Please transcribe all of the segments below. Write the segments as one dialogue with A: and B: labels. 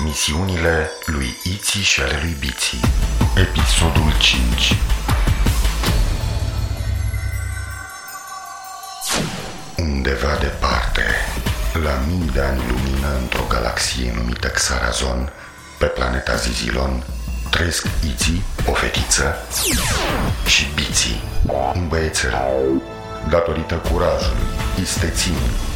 A: Emisiunile lui Iți și ale lui Biții. Episodul 5 Undeva departe, la mii de ani lumină într-o galaxie numită Xarazon, pe planeta Zizilon, trăiesc Iți, o fetiță, și Biții, un băiețel. Datorită curajului, isteții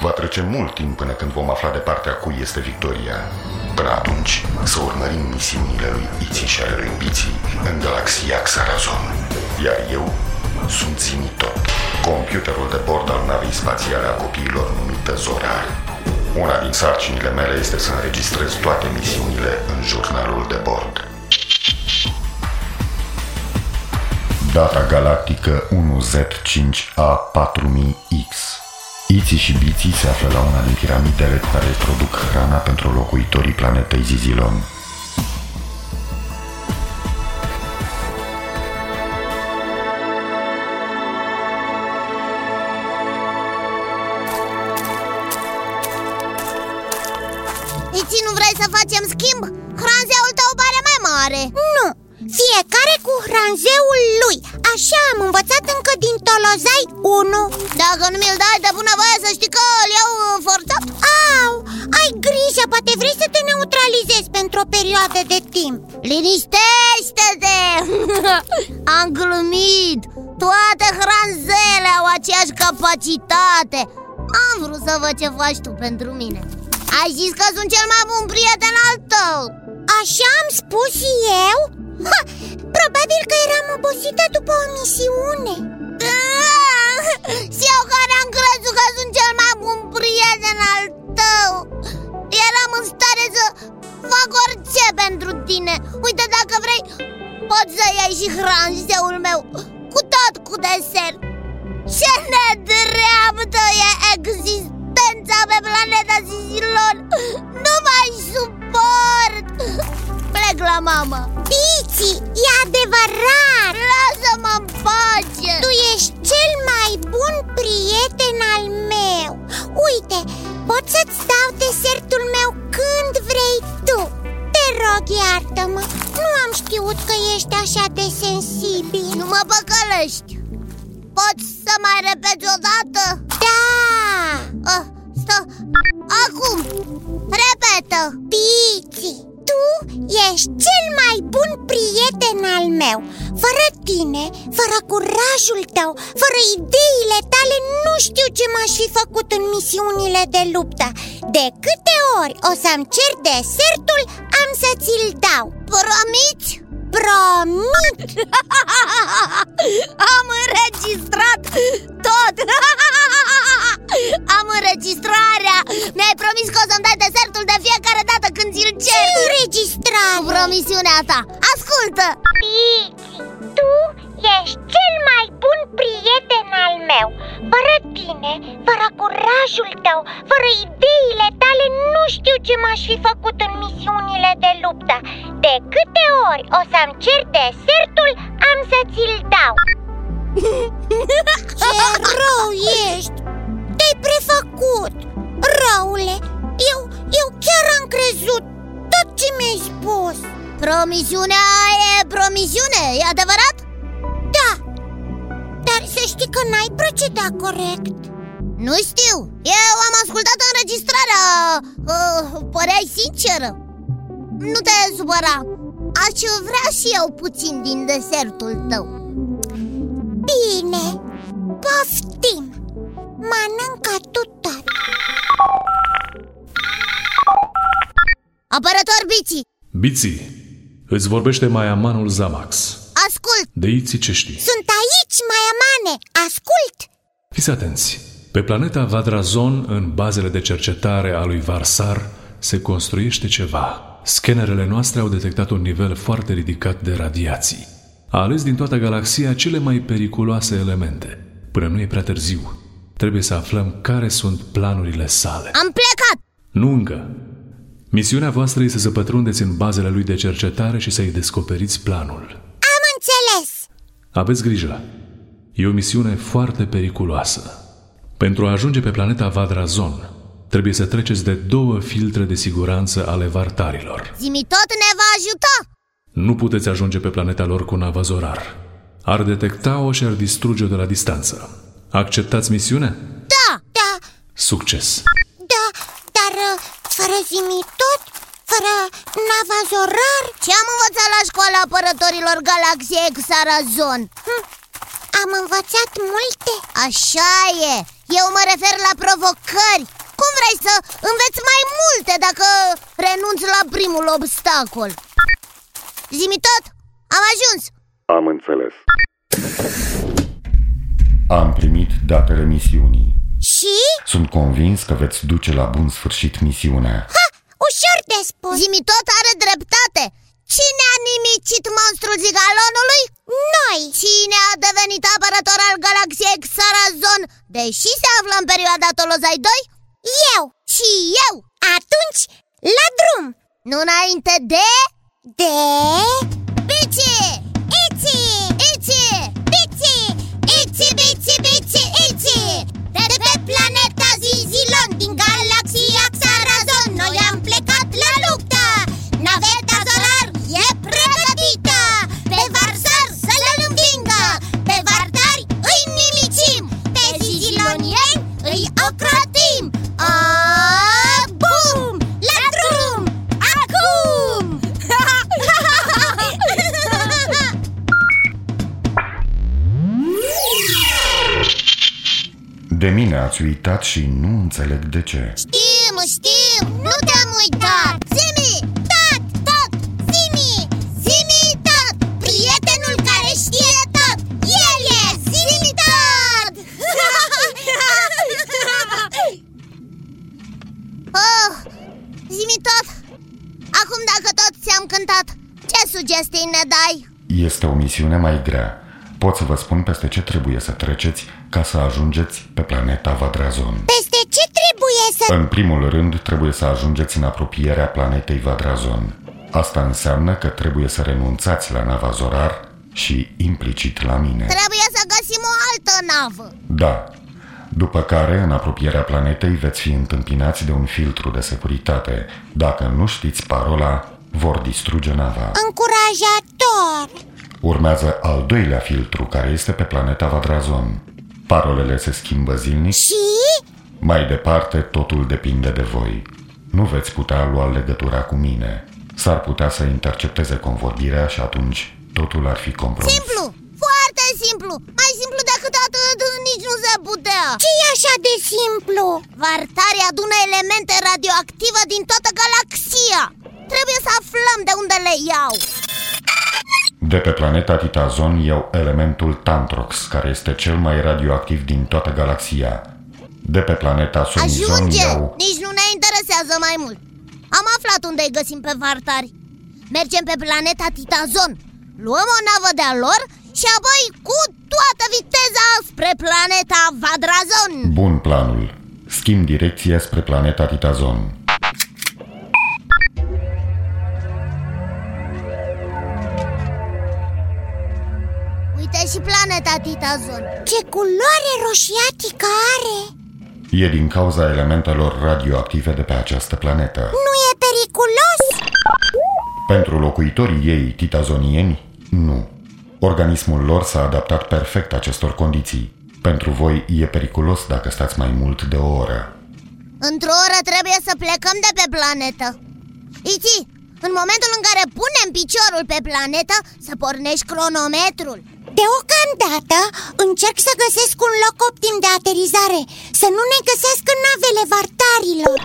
A: Va trece mult timp până când vom afla de partea cui este victoria. Până atunci, să urmărim misiunile lui Iții și ale lui Biții în galaxia Xarazon. Iar eu sunt Zinitot, computerul de bord al navei spațiale a copiilor numită Zorar. Una din sarcinile mele este să înregistrez toate misiunile în jurnalul de bord. Data galactică 1Z5A4000X Iții și biții se află la una din piramidele care produc hrana pentru locuitorii planetei Zizilon.
B: Iți nu vrei să facem schimb? Hranzeul tău pare mai mare Nu, fiecare cu hranzeul lui Așa am învățat încă din Tolozai 1 Dacă nu mi-l dai de bunăvoie să știi că îl iau uh, forțat Au, ai grijă, poate vrei să te neutralizezi pentru o perioadă de timp Liniștește-te! am glumit Toate hranzele au aceeași capacitate Am vrut să văd ce faci tu pentru mine ai zis că sunt cel mai bun prieten al tău Așa am spus eu? Ha, probabil că eram obosită după o misiune Ah, Și eu care am crezut că sunt cel mai bun prieten al tău Eram în stare să fac orice pentru tine Uite, dacă vrei, poți să iei și hranzeul meu Cu tot cu desert ce nedreaptă e existența pe planeta zilor Nu mai suport Plec la mama Bici, e adevărat Lasă-mă în pace
C: Tu ești cel mai bun prieten al meu Uite, pot să-ți dau desertul meu când vrei tu Te rog, iartă-mă Nu am știut că ești așa de sensibil
B: Nu mă păcălești Poți să mai repeți o dată?
C: Da!
B: Ah, stă. Acum, repetă
C: Pici, tu ești cel mai bun prieten al meu Fără tine, fără curajul tău, fără ideile tale Nu știu ce m-aș fi făcut în misiunile de luptă De câte ori o să-mi cer desertul, am să ți-l dau
B: Promiți?
C: Promit!
B: Am înregistrat tot Am înregistrarea Mi-ai promis că o să-mi dai desertul de fiecare dată când ți-l cer
C: Înregistrare!
B: Promisiunea ta Ascultă
C: Pici, tu ești cel mai bun prieten al meu Fără tine, fără curajul tău, fără ideile tale Nu știu ce m-aș fi făcut în misiunile de luptă De câte ori o să-mi cer desertul, am să ți-l dau Ce rău ești! Te-ai prefăcut! Răule, eu, eu chiar am crezut tot ce mi-ai spus
B: Promisiunea e promisiune, e adevărat?
C: Da, dar să știi că n-ai procedat corect
B: Nu știu Eu am ascultat înregistrarea uh, Păreai sinceră Nu te supăra Aș vrea și eu puțin din desertul tău
C: Bine, poftim Mănâncă tu tot
B: Apărător Bici,
D: Biții, îți vorbește maiamanul Zamax.
B: ascult
D: De iții ce știi.
C: Sunt aici, Maiamane, ascult
D: Fiți atenți! Pe planeta Vadrazon, în bazele de cercetare a lui Varsar, se construiește ceva. Scanerele noastre au detectat un nivel foarte ridicat de radiații. A ales din toată galaxia cele mai periculoase elemente. Până nu e prea târziu, trebuie să aflăm care sunt planurile sale.
B: Am plecat!
D: Nu încă. Misiunea voastră este să pătrundeți în bazele lui de cercetare și să-i descoperiți planul.
B: Am înțeles!
D: Aveți grijă! E o misiune foarte periculoasă. Pentru a ajunge pe planeta Vadrazon, trebuie să treceți de două filtre de siguranță ale vartarilor.
B: Zimi tot ne va ajuta!
D: Nu puteți ajunge pe planeta lor cu nava zorar. Ar detecta-o și ar distruge-o de la distanță. Acceptați misiunea?
B: Da! Da,
D: Succes!
B: da, dar uh, fără zimi tot, fără nava zorar Ce am învățat la școala apărătorilor galaxiei Xarazon? Hm. Am învățat multe Așa e, eu mă refer la provocări Cum vrei să înveți mai multe dacă renunți la primul obstacol? Zimi tot, am ajuns
A: Am înțeles. Am primit datele misiunii.
B: Și?
A: Sunt convins că veți duce la bun sfârșit misiunea.
B: Ha, ușor de spus Zimi tot are dreptate Cine a nimicit monstrul zigalonului? Noi Cine a devenit apărător al galaxiei Xarazon, deși se află în perioada Tolozai 2? Eu Și eu Atunci, la drum Nu înainte de... De... Bici! Ici! Ici! Bici! Ici, bici, bici, ici! De pe planeta Zizilon din galaxia Xarazon Noi am plecat la luptă Naveta solar e pregătită Pe varsar să le învingă Pe vardari îi nimicim Pe zizilonieni îi ocrotim A, bum! La drum! Acum!
A: De mine ați uitat și nu înțeleg de ce.
B: Știm, știm, nu te-am uitat Zimi, tot, tot, Zimi, Zimi, tot Prietenul care știe tot El e Zimi, tot oh, Zimi, tot Acum dacă tot ți-am cântat Ce sugestii ne dai?
A: Este o misiune mai grea. Pot să vă spun peste ce trebuie să treceți ca să ajungeți pe planeta Vadrazon.
B: Peste ce trebuie să...
A: În primul rând, trebuie să ajungeți în apropierea planetei Vadrazon. Asta înseamnă că trebuie să renunțați la nava Zorar și implicit la mine.
B: Trebuie să găsim o altă navă
A: Da. După care, în apropierea planetei, veți fi întâmpinați de un filtru de securitate. Dacă nu știți parola, vor distruge nava.
B: Încurajator
A: Urmează al doilea filtru, care este pe planeta Vadrazon. Parolele se schimbă zilnic.
B: Și?
A: Mai departe, totul depinde de voi. Nu veți putea lua legătura cu mine. S-ar putea să intercepteze convorbirea și atunci totul ar fi compromis.
B: Simplu, foarte simplu Mai simplu decât atât nici nu se putea ce e așa de simplu? Vartarea adună elemente radioactive din toată galaxia Trebuie să aflăm de unde le iau
A: De pe planeta Titazon iau elementul Tantrox, care este cel mai radioactiv din toată galaxia. De pe planeta Sonizon
B: Ajunge!
A: iau...
B: Nici nu ne interesează mai mult Am aflat unde îi găsim pe vartari Mergem pe planeta Titazon Luăm o navă de-a lor și apoi cu toată viteza spre planeta Vadrazon
A: Bun planul. Schimb direcția spre planeta Titazon.
B: Uite și planeta Titazon Ce culoare roșiatică are!
A: E din cauza elementelor radioactive de pe această planetă.
B: Nu e periculos?
A: Pentru locuitorii ei titazonieni, nu. Organismul lor s-a adaptat perfect acestor condiții. Pentru voi e periculos dacă stați mai mult de o oră.
B: Într-o oră trebuie să plecăm de pe planetă Iti, în momentul în care punem piciorul pe planetă Să pornești cronometrul Deocamdată încerc să găsesc un loc optim de aterizare Să nu ne găsească navele vartarilor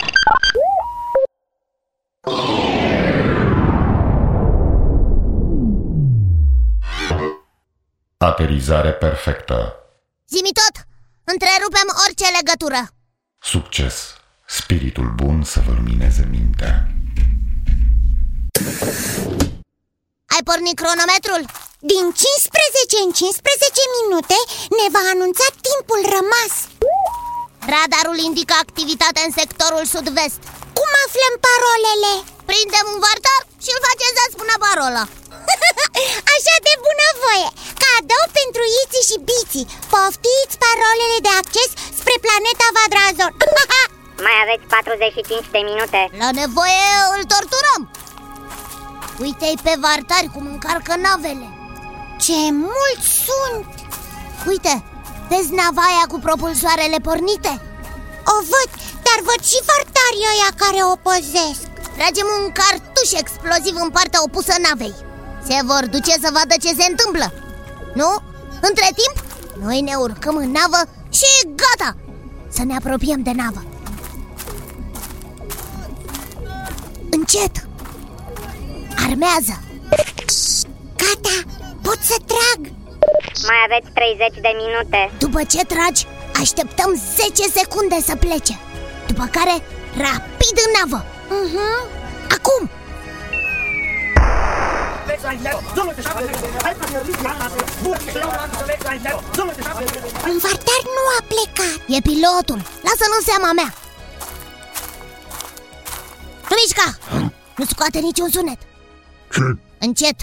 A: Aterizare perfectă.
B: Zimi tot, întrerupem orice legătură
A: Succes! Spiritul bun să vă lumineze mintea.
B: porni cronometrul
E: Din 15 în 15 minute ne va anunța timpul rămas
B: Radarul indică activitate în sectorul sud-vest
E: Cum aflăm parolele?
B: Prindem un vartar și îl facem să spună parola
E: Așa de bunăvoie! Cadou pentru Iții și Biții! Poftiți parolele de acces spre planeta Vadrazon!
F: Mai aveți 45 de minute
B: La nevoie îl torturăm Uite-i pe vartari cum încarcă navele
E: Ce mulți sunt!
B: Uite, vezi navaia cu propulsoarele pornite?
E: O văd, dar văd și vartarii ăia care o păzesc
B: Tragem un cartuș exploziv în partea opusă navei Se vor duce să vadă ce se întâmplă Nu? Între timp, noi ne urcăm în navă și gata! Să ne apropiem de navă Încet! Armează!
E: Gata, pot să trag!
F: Mai aveți 30 de minute
B: După ce tragi, așteptăm 10 secunde să plece După care, rapid în navă
E: uh-huh.
B: Acum!
E: Un vartar nu a plecat
B: E pilotul, lasă-l în seama mea Mișca! Nu scoate niciun sunet
A: Ce?
B: Încet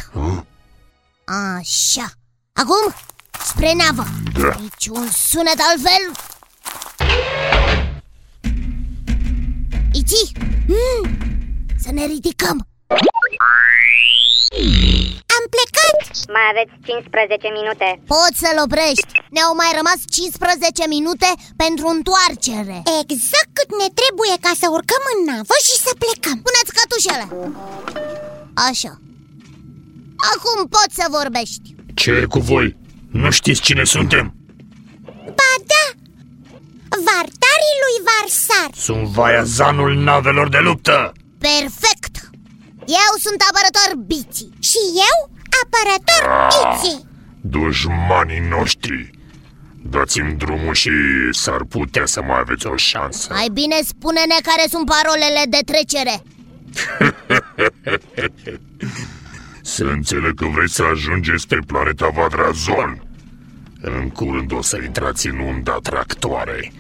B: Așa Acum, spre navă
A: Da.
B: Niciun sunet altfel Ici, Hmm.
E: mm,
B: să ne ridicăm
E: Am plecat!
F: Mai aveți 15 minute
B: Poți să-l oprești Ne-au mai rămas 15 minute pentru întoarcere
E: Exact cât ne trebuie ca să urcăm în navă și să plecăm
B: Puneți cătușele Așa Acum poți să vorbești
G: Ce e cu voi? Nu știți cine suntem?
E: Ba da! Vartarii lui Varsar
G: Sunt vaiazanul navelor de luptă!
B: Perfect Eu sunt apărător biții
E: și eu apărător Iții
G: Dușmanii noștri! Dați-mi drumul și s-ar putea să mai aveți o șansă.
B: Mai bine spune-ne care sunt parolele de trecere
G: Să înțeleg că vreți să ajungeți pe planeta Vadrazon. În curând o să intrați în unda tractoare.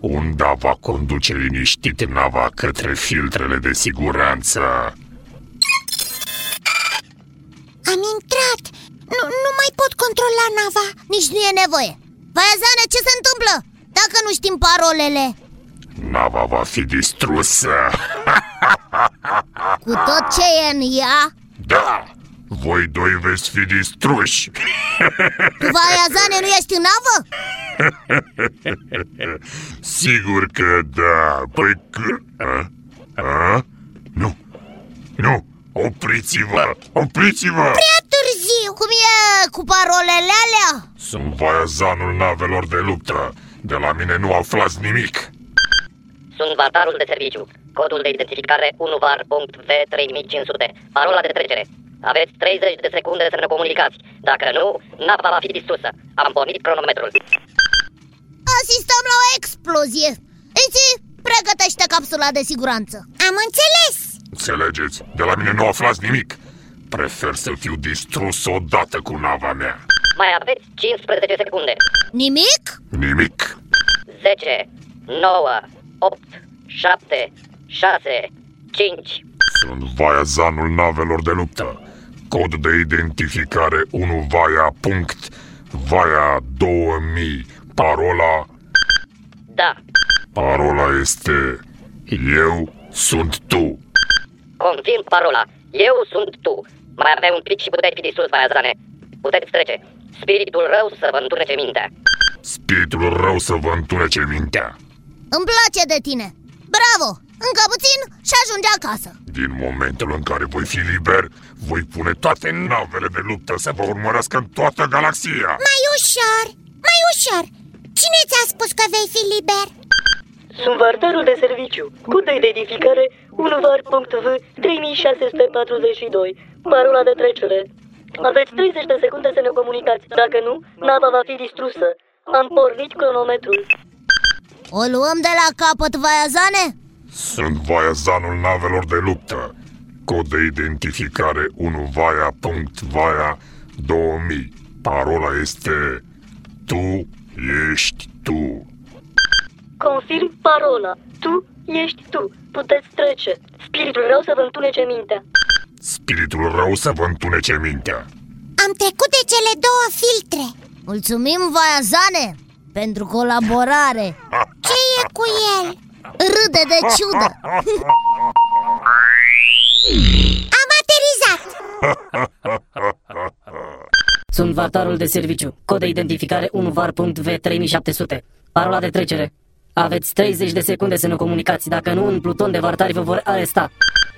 G: Unda va conduce liniștit nava către filtrele de siguranță.
E: Am intrat! Nu, nu mai pot controla nava
B: Nici nu e nevoie Băiazane, ce se întâmplă? Dacă nu știm parolele
G: Nava va fi distrusă.
B: Cu tot ce e în ea
G: Da! Voi doi veți fi distruși!
B: Tu, Băiazane, nu ești în navă?
G: Sigur că da! Păi că... A? A? Nu! Nu! Opriți-vă! Opriți-vă!
E: Prea târziu!
B: Cum e cu parolele alea?
G: Sunt vaiazanul navelor de luptă. De la mine nu aflați nimic.
H: Sunt vartarul de serviciu. Codul de identificare 1var.v3500. Parola de trecere. Aveți 30 de secunde să ne comunicați. Dacă nu, nava va fi distrusă. Am pornit cronometrul.
B: Asistăm la o explozie Iți, pregătește capsula de siguranță
E: Am înțeles!
G: Înțelegeți? De la mine nu aflați nimic. Prefer să fiu distrus odată cu nava mea.
H: Mai aveți 15 secunde.
B: Nimic?
G: Nimic.
H: 10, 9, 8, 7, 6, 5,
G: Sunt vaiazanul navelor de luptă. Cod de identificare 1 vaia punct vaia 2000. Parola
H: da.
G: parola este eu sunt tu.
H: Confirm parola. Eu sunt tu. Mai aveai un pic și puteai fi distrus, Baiazane. Puteți trece. Spiritul rău să vă întunece mintea.
G: Spiritul rău să vă întunece mintea.
B: Îmi place de tine Bravo! Încă puțin și ajunge acasă
G: Din momentul în care voi fi liber, voi pune toate navele de luptă să vă urmărească în toată galaxia.
E: Mai ușor! Mai ușor! Cine ți-a spus că vei fi liber?
I: Sunt vartarul de serviciu, cu de identificare 1var.v 3642, parola de trecere. Aveți 30 de secunde să ne comunicați, dacă nu, nava va fi distrusă. Am pornit cronometrul.
B: O luăm de la capăt, Vaiazane?
G: Sunt vaiazanul navelor de luptă. Cod de identificare 1 vaia punct vaia 2000. Parola este Tu ești tu.
I: Confirm parola. Tu ești tu. Puteți trece. Spiritul rău să vă întunece mintea.
G: Spiritul rău să vă întunece mintea.
E: Am trecut de cele două filtre.
B: Mulțumim, Vaiazane, pentru colaborare
E: Ce e cu el?
B: Râde de ciudă
E: Am aterizat.
J: Sunt vartarul de serviciu. Cod de identificare 1var.v3700. Parola de trecere. Aveți 30 de secunde să ne comunicați, dacă nu, un pluton de vartari vă vor aresta.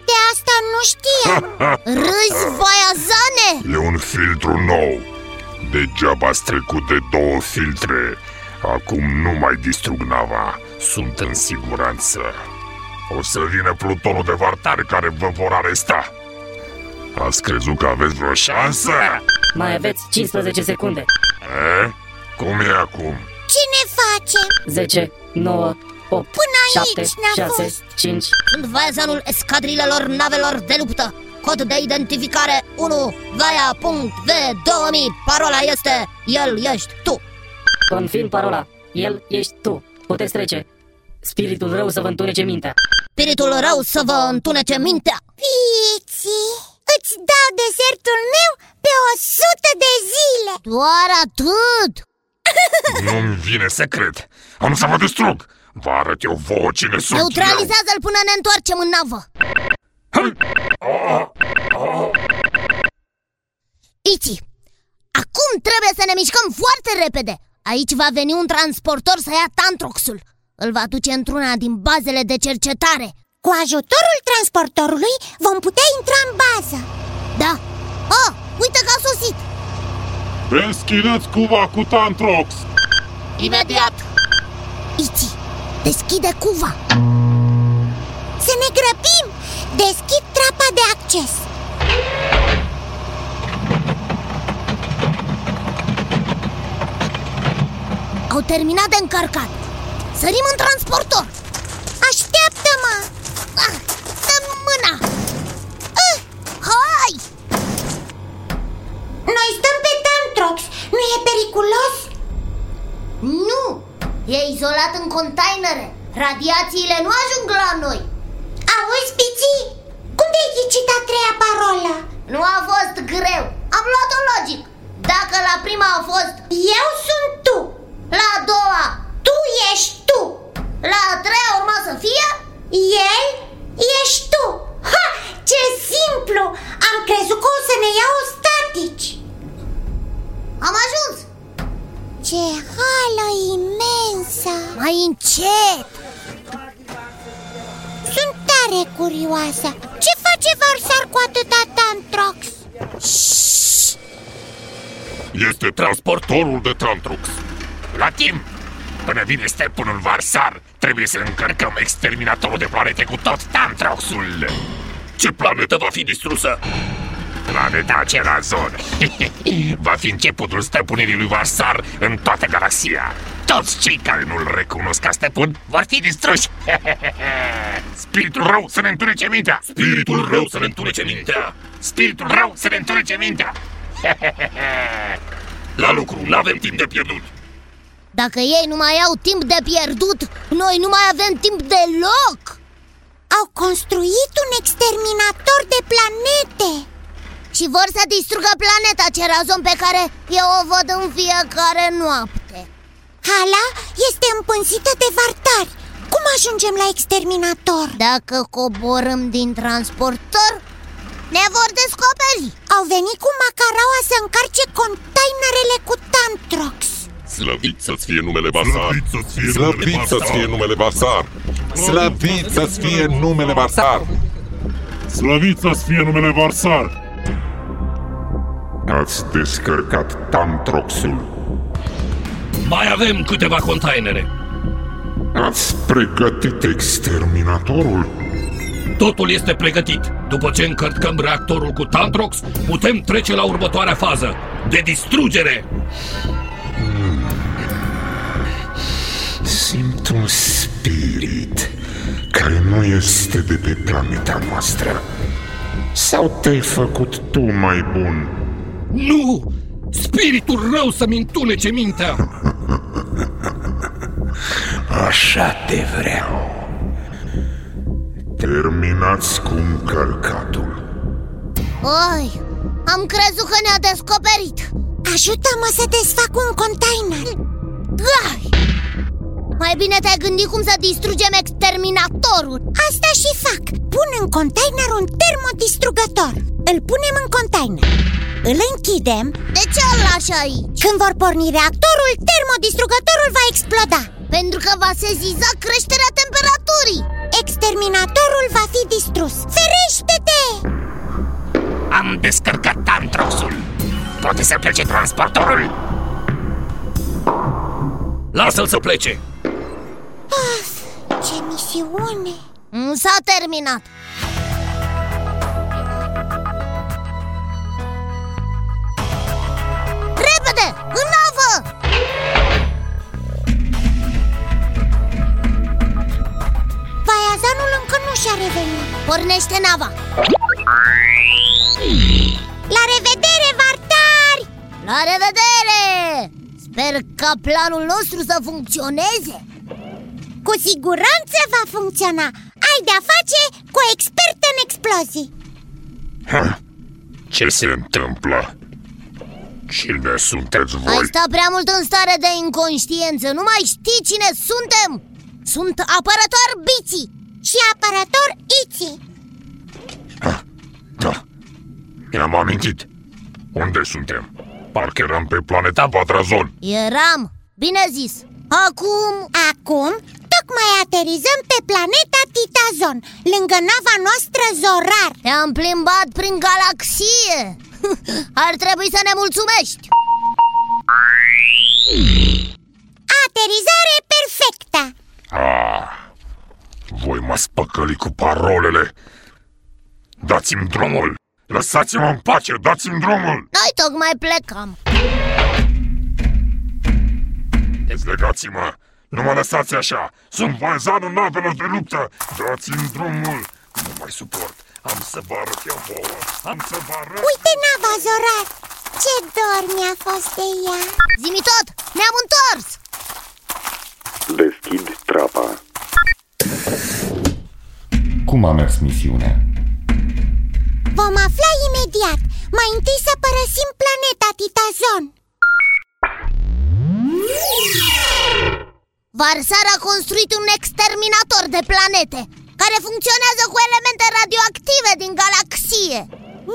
E: De asta nu știam.
B: Râzi, Vaiazane
G: E un filtru nou. Degeaba ați trecut de două filtre. Acum nu mai distrug nava. Sunt în siguranță. O să vină plutonul de vartari care vă vor aresta. Ați crezut că aveți vreo șansă?
J: Mai aveți 15 secunde.
G: E? Cum e acum?
E: Ce ne facem?
J: 10, 9, 8,
E: Până
J: 7,
E: aici ne-a
J: 6,
E: fost.
J: 5,
B: Sunt Vaiazanul escadrilelor navelor de luptă Cod de identificare 1 Vaia.v2000 Parola este El ești tu
J: confirm parola. El ești tu. Puteți trece. Spiritul rău să vă întunece mintea.
B: Spiritul rău să vă întunece mintea
E: Pici, îți dau desertul meu pe 100 de zile.
B: Doar atât?
G: Nu-mi vine să cred. Am să vă distrug. Vă arăt eu vouă cine sunt
B: Neutralizează-l până ne întoarcem în navă Ici, acum trebuie să ne mișcăm foarte repede Aici va veni un transportor să ia Tantroxul Îl va duce într-una din bazele de cercetare
E: Cu ajutorul transportorului vom putea intra în bază.
B: Da, oh, uite că a sosit
G: eu. Deschideți cuva cu Tantrox.
B: Imediat
E: Ici, deschide cuva Să ne grăbim! Deschid trapa de acces
B: Au terminat de încărcat Sărim în transportor
E: Așteaptă-mă!
B: ah, Dăm mâna ah, Hai!
E: Noi stăm pe Tantrox, nu e periculos?
B: Nu! E izolat în containere Radiațiile nu ajung la noi
E: Auzi, Pici? Cum de-ai ghicit a treia parolă?
B: Nu a fost greu Am luat-o logic Dacă la prima a fost
E: Eu sunt tu!
B: La a doua
E: Tu ești tu!
B: La a treia urma să fie
E: El ești tu! Ha! Ce simplu! Am crezut că o să ne iau statici!
B: Am ajuns
E: Ce hală imensă!
B: Mai încet
E: Sunt tare curioasă Ce face Varsar cu atâta Tantrox?
G: Este transportorul de Tantrux. La timp! Până vine stăpânul Varsar, trebuie să încărcăm exterminatorul de planete cu tot Tantroxul. Ce planetă va fi distrusă? Planeta acela zon. va fi începutul stăpânirii lui Varsar în toată galaxia. Toți cei care nu-l recunosc ca stăpân vor fi distruși. Spiritul rău să ne întunece mintea! Spiritul rău să ne întunece mintea! Spiritul rău să ne întunece mintea! La lucru, nu avem timp de pierdut.
B: Dacă ei nu mai au timp de pierdut Noi nu mai avem timp deloc
E: Au construit un exterminator de planete
B: Și vor să distrugă planeta Cerazon pe care eu o văd în fiecare noapte
E: Hala este împânzită de vartari Cum ajungem la exterminator?
B: Dacă coborâm din transportor Ne vor descoperi
E: Au venit cu macaraua să încarce containerele cu Tantrox
G: Slăvit să-ți fie numele Vasar! Slăvit să-ți fie numele Vasar! Slăvit să-ți fie numele Vasar! Slăvit să-ți fie numele Vasar! Ați descărcat Tantroxul.
K: Mai avem câteva containere.
G: Ați pregătit exterminatorul?
K: Totul este pregătit. După ce încărcăm reactorul cu Tantrox, putem trece la următoarea fază. De distrugere!
G: Simt un spirit care nu este de pe planeta noastră. Sau te-ai făcut tu mai bun?
K: Nu! Spiritul rău să-mi întunece mintea!
L: Așa te vreau.
G: Terminați cu încărcatul.
B: Oi, am crezut că ne-a descoperit
E: Ajută-mă să desfac un container
B: Ai! Mai bine te-ai gândit cum să distrugem exterminatorul
E: Asta și fac Pun în container un termodistrugător Îl punem în container îl închidem
B: De ce îl lași aici?
E: Când vor porni reactorul, termodistrugătorul va exploda
B: Pentru că va seziza creșterea temperaturii
E: Exterminatorul va fi distrus Ferește-te!
G: Am descărcat Tantroxul Poate să plece transportorul?
K: Lasă-l să plece!
E: Of, ce misiune!
B: Mm, S-a terminat! Repede! În navă!
E: Baiazanul încă nu și-a revenit
B: Pornește nava!
E: La revedere, vartari!
B: La revedere! Sper ca planul nostru să funcționeze
E: Cu siguranță va funcționa Ai de-a face cu o expertă în explozii
G: ha, Ce se întâmplă? Cine sunteți voi?
B: Ai stat prea mult în stare de inconștiență Nu mai știi cine suntem Sunt apărător Biții
E: Și apărător Iții
G: ha, Da, mi-am amintit Unde suntem? Parcă eram pe planeta Vadrazon
B: Eram, bine zis Acum...
E: Acum tocmai aterizăm pe planeta Titazon Lângă nava noastră Zorar
B: Te-am plimbat prin galaxie Ar trebui să ne mulțumești
E: Aterizare perfectă
G: ah, Voi mă spăcăli cu parolele Dați-mi drumul! Lăsați-mă în pace! Dați-mi drumul!
B: Noi tocmai plecam
G: Dezlegați-mă! Deci Nu mă lăsați așa! Sunt vazanul navelor de luptă! Dați-mi drumul! Nu mai suport! Am să vă arăt eu vouă! Am să vă arăt...
E: Uite nava, Zorar! Ce dor mi-a fost de ea!
B: Zimi tot! Ne-am întors!
A: Deschid trapa Cum a mers misiunea?
E: Vom afla imediat. Mai întâi să părăsim planeta Titazon.
B: Varsar a construit un exterminator de planete care funcționează cu elemente radioactive din galaxie.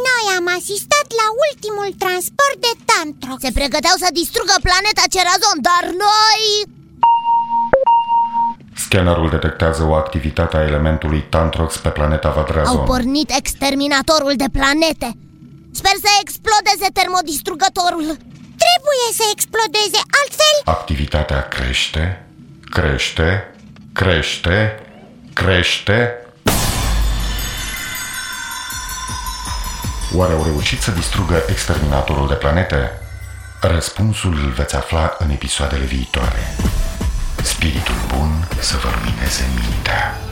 E: Noi am asistat la ultimul transport de Tantrox.
B: Se pregăteau să distrugă planeta Cerazon, dar noi...
A: Scannerul detectează o activitate a elementului Tantrox pe planeta Vadrazon.
B: Au pornit exterminatorul de planete. Sper să explodeze termodistrugătorul.
E: Trebuie să explodeze, altfel...
A: Activitatea crește, crește, crește, crește... Oare au reușit să distrugă exterminatorul de planete? Răspunsul îl veți afla în episoadele viitoare. Spiritul bun să vă lumineze mintea.